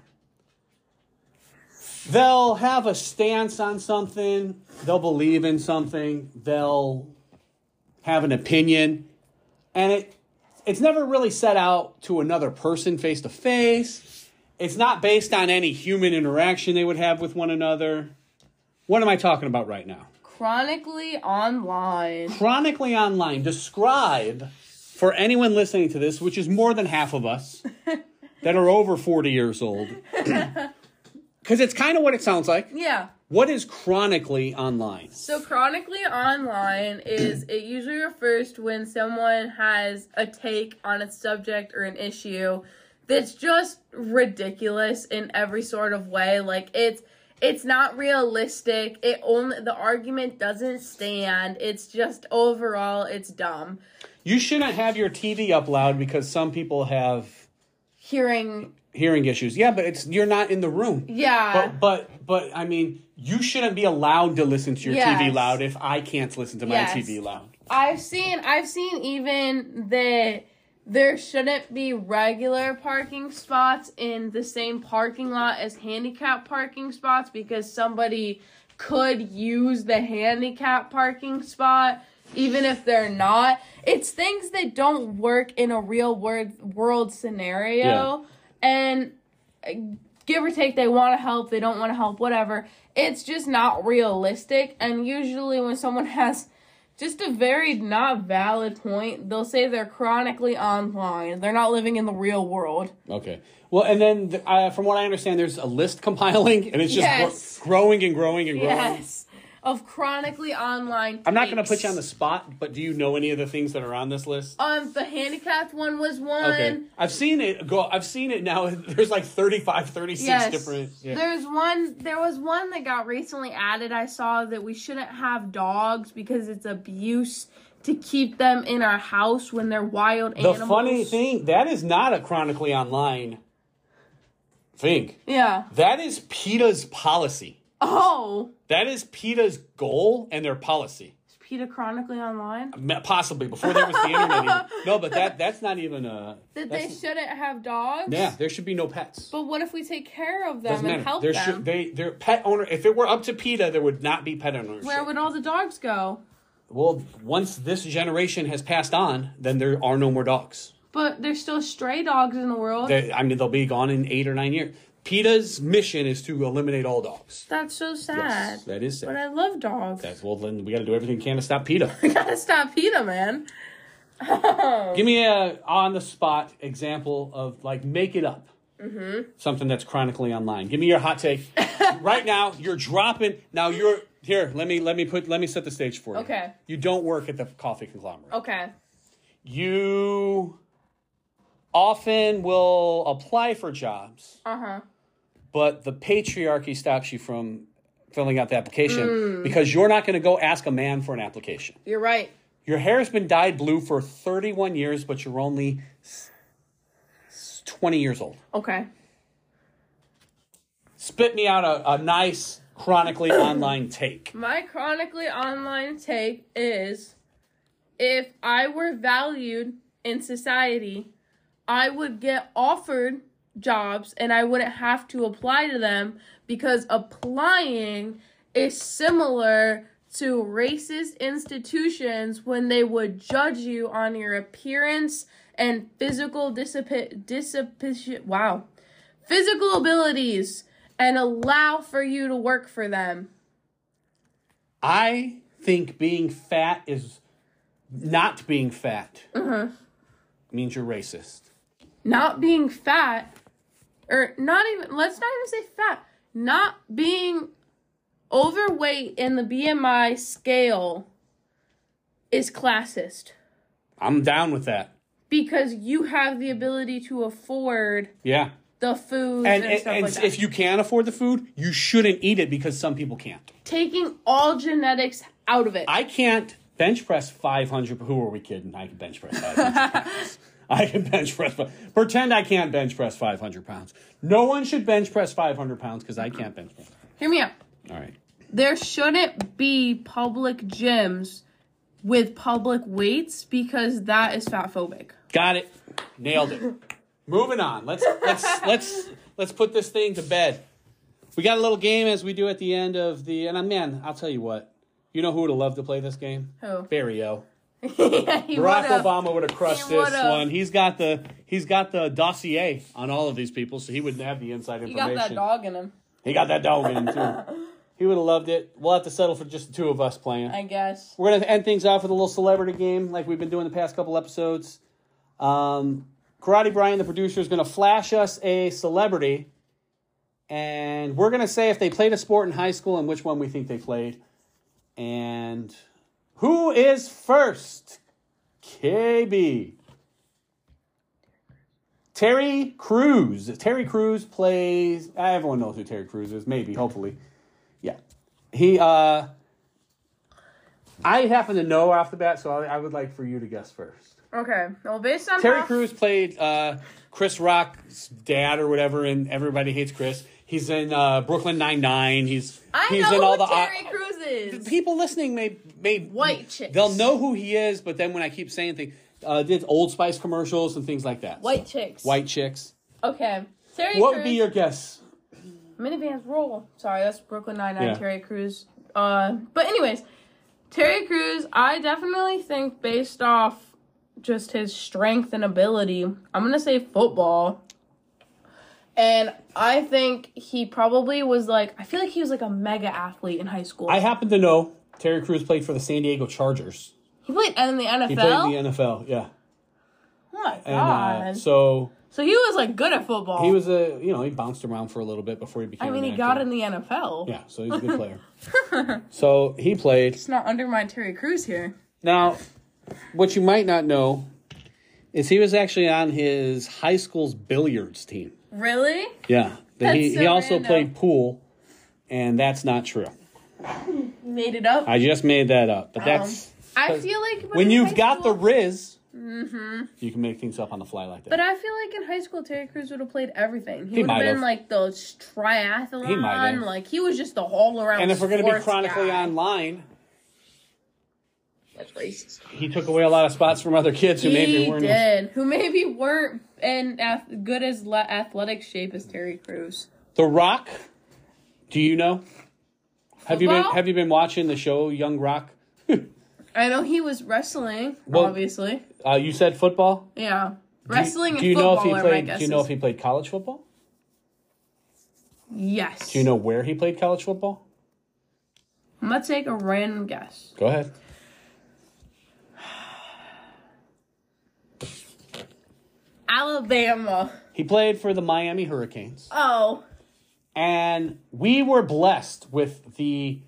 they'll have a stance on something, they'll believe in something, they'll have an opinion, and it it's never really set out to another person face to face. It's not based on any human interaction they would have with one another. What am I talking about right now? Chronically online. Chronically online. Describe for anyone listening to this, which is more than half of us that are over 40 years old, because it's kind of what it sounds like. Yeah. What is chronically online? So chronically online is it usually refers to when someone has a take on a subject or an issue that's just ridiculous in every sort of way. Like it's it's not realistic. It only the argument doesn't stand. It's just overall it's dumb. You shouldn't have your TV up loud because some people have Hearing hearing issues. Yeah, but it's you're not in the room. yeah. But but but I mean, you shouldn't be allowed to listen to your TV Yes. loud if I can't listen to my Yes. TV loud. I've seen I've seen even that there shouldn't be regular parking spots in the same parking lot as handicap parking spots because somebody could use the handicap parking spot even if they're not. It's things that don't work in a real world world scenario Yeah. and uh, give or take they want to help, they don't want to help, whatever. It's just not realistic and usually when someone has just a very not valid point. They'll say they're chronically online. They're not living in the real world. Okay. Well, and then th- uh, from what I understand, there's a list compiling, and it's just gro- Yes. growing and growing and growing. Yes. Of chronically online. I'm not going to takes. put you on the spot, but do you know any of the things that are on this list? Um, the handicapped one was one. Okay. I've seen it go. I've seen it now. There's like 35, 36 Yes. different. Yeah. There's one. There was one that got recently added. I saw that we shouldn't have dogs because it's abuse to keep them in our house when they're wild The animals. funny thing that is not a chronically online thing. Yeah. That is PETA's policy. Oh. That is PETA's goal and their policy. Is PETA chronically online? Me- Possibly before there was the internet. Even. No, but that that's not even a. That they that's- shouldn't have dogs? yeah, there should be no pets. But what if we take care of them Doesn't and matter. help There them? should they their pet owner. If it were up to PETA, there would not be pet ownership. Where would all the dogs go? well, once this generation has passed on, then there are no more dogs. But there's still stray dogs in the world. They, I mean, they'll be gone in eight or nine years. PETA's mission is to eliminate all dogs. That's so sad. Yes, that is But sad. I love dogs. That's, well, then we got to do everything we can to stop PETA. We gotta stop PETA, man. Give me a on the spot example of like make it up. Something that's chronically online. Give me your hot take right now. You're dropping now. You're here. Let me let me put let me set the stage for you. Okay. You don't work at the coffee conglomerate. Okay. You often will apply for jobs, Uh huh. but the patriarchy stops you from filling out the application because you're not going to go ask a man for an application. You're right. Your hair has been dyed blue for 31 years, but you're only s- s- 20 years old. Okay. Spit me out a, a nice, chronically online take. My chronically online take is if I were valued in society, I would get offered jobs and I wouldn't have to apply to them because applying is similar to racist institutions when they would judge you on your appearance and physical dissip dissip wow physical abilities and allow for you to work for them. I think being fat is not being fat Mm-hmm. means you're racist. not being fat or not even let's not even say fat not being overweight in the bmi scale is classist I'm down with that. because you have the ability to afford Yeah. the food And, and, and, stuff and like that. if you can't afford the food, you shouldn't eat it because some people can't. taking all genetics out of it I can't Bench press 500. Who are we kidding? I can bench press 500 pounds. I can bench press. fi- Pretend I can't bench press 500 pounds. No one should bench press 500 pounds because I can't bench press. Hear me out. All right. There shouldn't be public gyms with public weights because that is fat phobic. Got it. Nailed it. Moving on. Let's let's let's let's put this thing to bed. We got a little game as we do at the end of the and uh, man, I'll tell you what. You know who would have loved to play this game? Who? Barrio. yeah, he Barack would've. Obama would have crushed He this would've. one. He's got the he's got the dossier on all of these people, so he wouldn't have the inside He information. got that dog in him, He got that dog in him too. he would have loved it. We'll have to settle for just the two of us playing. I guess. We're gonna end things off with a little celebrity game, like we've been doing the past couple episodes. Um, Karate Brian, the producer, is gonna flash us a celebrity, and we're gonna say if they played a sport in high school and which one we think they played. And who is first? KB. Terry Crews. Terry Crews plays. Everyone knows who Terry Crews is. Maybe, hopefully, yeah. He uh. I happen to know off the bat, so I, I would like for you to guess first. Okay. Well, based on Terry how- Crews played uh, Chris Rock's dad or whatever, and everybody hates Chris. He's in uh, Brooklyn Nine Nine. He's I he's know in all who the Terry Crews is. people listening may may White chicks. They'll know who he is, but then when I keep saying things, uh, did Old Spice commercials and things like that. White chicks. white chicks. Okay. Terry What Crews. would be your guess? Minivan's roll. Sorry, that's Brooklyn Nine Nine. Yeah. Terry Crews. Uh, but anyways, Terry Crews. I definitely think based off just his strength and ability, I'm gonna say football. And I think he probably was like. I feel like he was like a mega athlete in high school. I happen to know Terry Crews played for the San Diego Chargers. he played in the NFL. He played in the NFL. Yeah, oh my and uh, god! so-, so. he was like good at football. He was a you know he bounced around for a little bit before he became. Oh. I mean, an he got actor. in the NFL. Yeah, so he's a good player. so he played. Let's not undermine Terry Crews here. Now, what you might not know is he was actually on his high school's billiards team. Really? Yeah, That's he so he also random. played pool, and that's not true. Made it up. I just made that up, but that's I feel like when in you've high got the school- Mm-hmm. riz, you can make things up on the fly like that. But I feel like in high school, Terry Crews would have played everything. He, He would have might been have. like the s- triathlon. He might have. Like he was just the all around. and if we're going gonna to be chronically online, that's racist. he took away a lot of spots from other kids who He maybe weren't. as- did. Who maybe weren't in ath- good as le- athletic shape as Terry Crews. The Rock. Do you know? Have you been Football? Have you been watching the show Young Rock? I know he was wrestling, Well- obviously. Uh, you said football. Yeah, Do you- wrestling Do, and you know if football he are my played? Do guesses. you know if he played college football? yes. Do you know where he played college football? I'm gonna take a random guess. Go ahead. Alabama. He played for the Miami Hurricanes, Oh. and we were blessed with the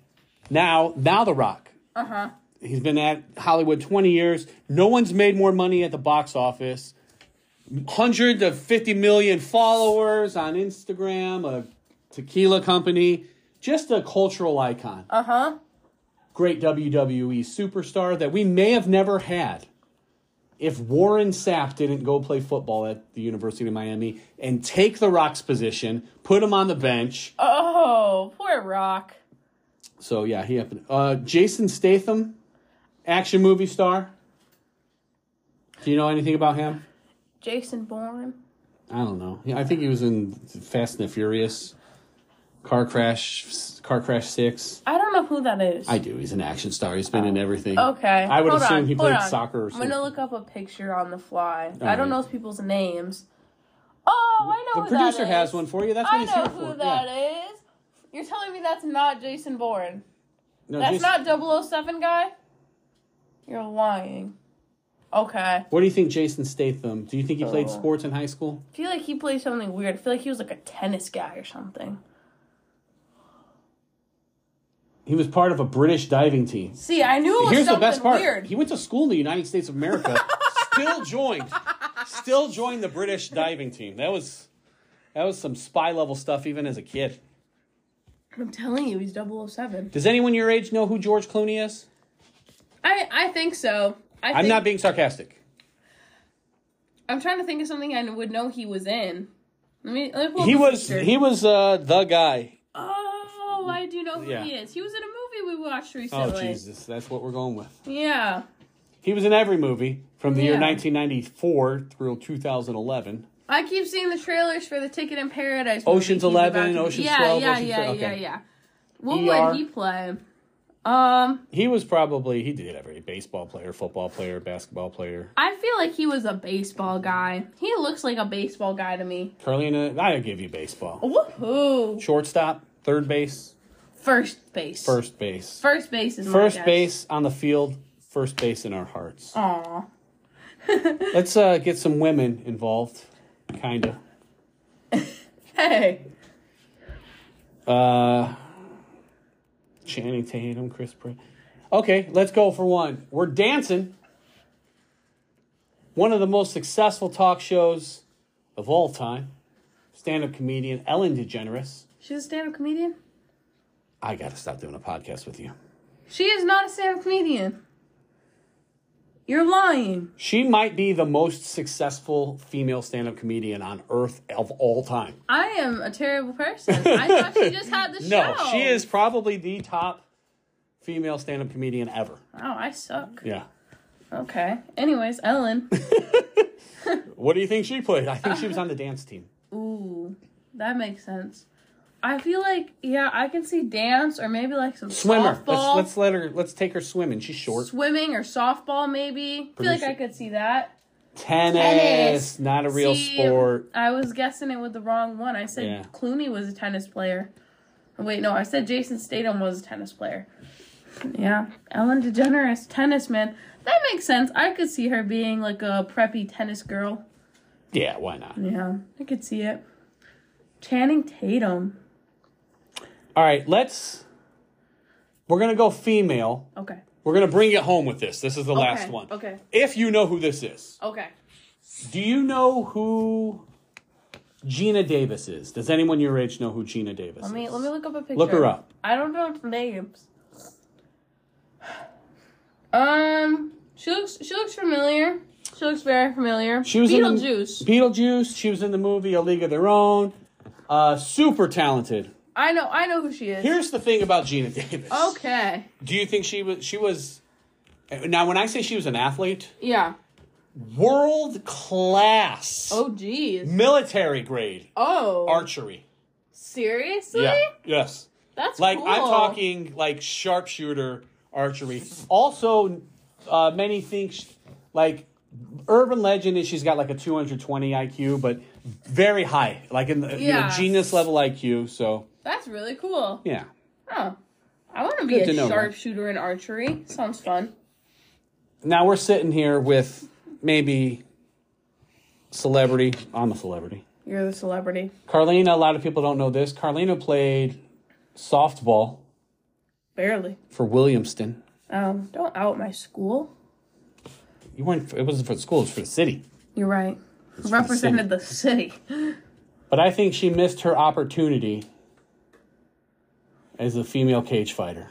now now the Rock. Uh huh. He's been at Hollywood twenty years. No one's made more money at the box office. Hundred to fifty million followers on Instagram. A tequila company. Just a cultural icon. Uh huh. great WWE superstar that we may have never had if Warren Sapp didn't go play football at the University of Miami and take The Rock's position, put him on the bench. Oh, poor Rock. So, yeah, he happened. Uh, Jason Statham, action movie star. Do you know anything about him? Jason Bourne. I don't know. Yeah, I think he was in Fast and the Furious, Car Crash, Car Crash 6. I don't know who that is. I do. He's an action star. He's been in everything. okay. I would Hold assume on, he hold played on. soccer or I'm something. gonna look up a picture on the fly. I right. don't know people's names. Oh, I know. The who that producer has is. one for you. That's what I he's know here who for. that Yeah. is. You're telling me that's not Jason Bourne. No, That's Jason- not 007 guy. You're lying. Okay. What do you think, Jason Statham? Do you think he played Oh. sports in high school? I feel like he played something weird. I feel like he was like a tennis guy or something. He was part of a British diving team. See, I knew it was Here's the something best part: weird. he went to school in the United States of America. still joined, still joined the British diving team. That was that was some spy level stuff, even as a kid. I'm telling you, he's 007. Does anyone your age know who George Clooney is? I I think so. I I'm think, not being sarcastic. I'm trying to think of something I would know he was in. Let me. Let me pull He up a was picture. he was uh, the guy. Oh, I do know who Yeah. he is. He was in a movie we watched Oh recently. Jesus, that's what we're going with. Yeah. He was in every movie from the year Yeah. 1994 through 2011. I keep seeing the trailers for the Ticket in Paradise. movie Ocean's he's about 11, to- Ocean's yeah, 12, Yeah, Ocean's yeah, 12, yeah, okay. yeah. What ER. would he play? Um, He was probably he did every baseball player, football player, basketball player. I feel like he was a baseball guy. He looks like a baseball guy to me. Carlina, I uh, give you Oh. baseball. Woohoo! Shortstop, third base, First base. first base. First base is my First guess. base on the field, first base in our hearts. Aw. Let's uh, get some women involved, kind of. Hey. Uh, Channing Tatum, Chris Pratt. Okay, let's go for one. We're dancing. One of the most successful talk shows of all time. Stand up comedian Ellen DeGeneres. She's a stand up comedian? I got to stop doing a podcast with you. She is not a stand up comedian. You're lying. She might be the most successful female stand up comedian on earth of all time. I am a terrible person. I thought she just had the No, show. she is probably the top female stand up comedian ever. Wow, Oh, I suck. Yeah. Okay. Anyways, Ellen. What do you think she played? I think she was on the dance team. Ooh, that makes sense. I feel like yeah, I can see dance or maybe like some Swimmer. Let's, softball, let's let her. Let's take her swimming. She's short. swimming or softball maybe. I feel like Producer. I could see that. Tennis. Tennis. Not a real See, sport. I was guessing it with the wrong one. I said Yeah. Clooney was a tennis player. Oh, Wait, no, I said Jason Statham was a tennis player. Yeah, Ellen DeGeneres, tennis man. That makes sense. I could see her being like a preppy tennis girl. Yeah. Why not? Yeah, I could see it. Channing Tatum. All right. Let's. We're gonna go female. Okay. We're gonna bring it home with this. This is the last Okay, one. Okay. If you know who this is, Okay. do you know who Gina Davis is? Does anyone your age know who Gina Davis Let me is? let me look up a picture. Look her up. I don't know her names. Um, she looks she looks familiar. She looks very familiar. She was Beetlejuice. in the, Beetlejuice. She was in the movie A League of Their Own. Uh, super talented. I know I know who she is. Here's the thing about Gina Davis. okay. Do you think she was? She was. Now, when I say she was an athlete, Yeah. world class, Oh geez. military grade Oh. archery. seriously? Yes. That's Like I'm cool. talking like sharpshooter archery. Also, uh, many think sh- like urban legend is she's got like a 220 IQ, but very high, like in the you know, Yeah. genius level IQ. So That's really cool. yeah, Huh. I want to be Good to a know, right? sharpshooter in archery. Sounds fun. now we're sitting here with maybe celebrity. I'm a celebrity. You're the celebrity. Carlina, a lot of people don't know this. Carlina played softball Barely. for Williamston. Um, don't out my school. You weren't. It wasn't for the school. It was for the city. You're right. Represented the city. But I think she missed her opportunity as a female cage fighter.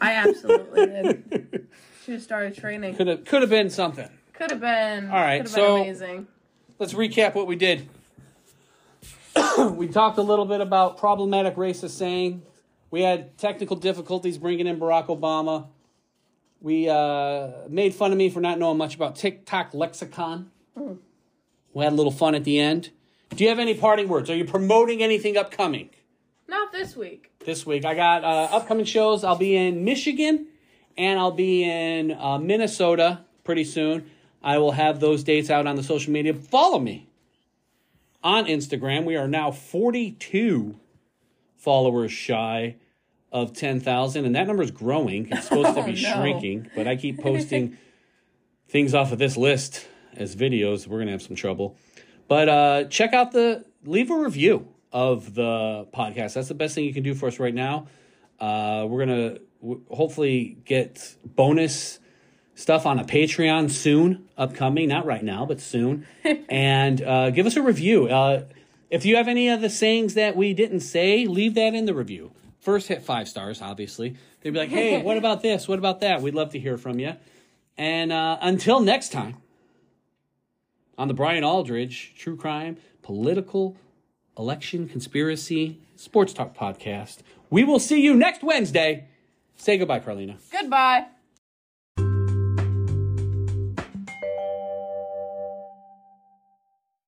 I absolutely did. Should have started training. Could have. Could have been something. Could have been. All right, Could have so- been amazing. Let's recap what we did. we talked a little bit about problematic racist saying. We had technical difficulties bringing in Barack Obama. We uh, made fun of me for not knowing much about TikTok lexicon. We had a little fun at the end. Do you have any parting words? Are you promoting anything upcoming Not this week. this week? I got uh, upcoming shows. I'll be in Michigan and I'll be in uh, Minnesota pretty soon. I will have those dates out on the social media. Follow me on Instagram. We are now 42 followers shy of 10,000, and that number is growing. It's supposed to be Oh, no. shrinking, but I keep posting things off of this list as videos. We're going to have some trouble. But uh, check out the, leave a review of the podcast. That's the best thing you can do for us right now. Uh, we're going to w- hopefully get bonus stuff on a Patreon soon, upcoming, not right now, but soon. and uh, give us a review. Uh, if you have any of the sayings that we didn't say, leave that in the review. first hit five stars, obviously. They'd be like, hey, what about this? What about that? We'd love to hear from you. And uh, until next time, on the Brian Aldridge True Crime, Political, Election, Conspiracy, Sports Talk podcast, we will see you next Wednesday. Say goodbye, Carlina. Goodbye.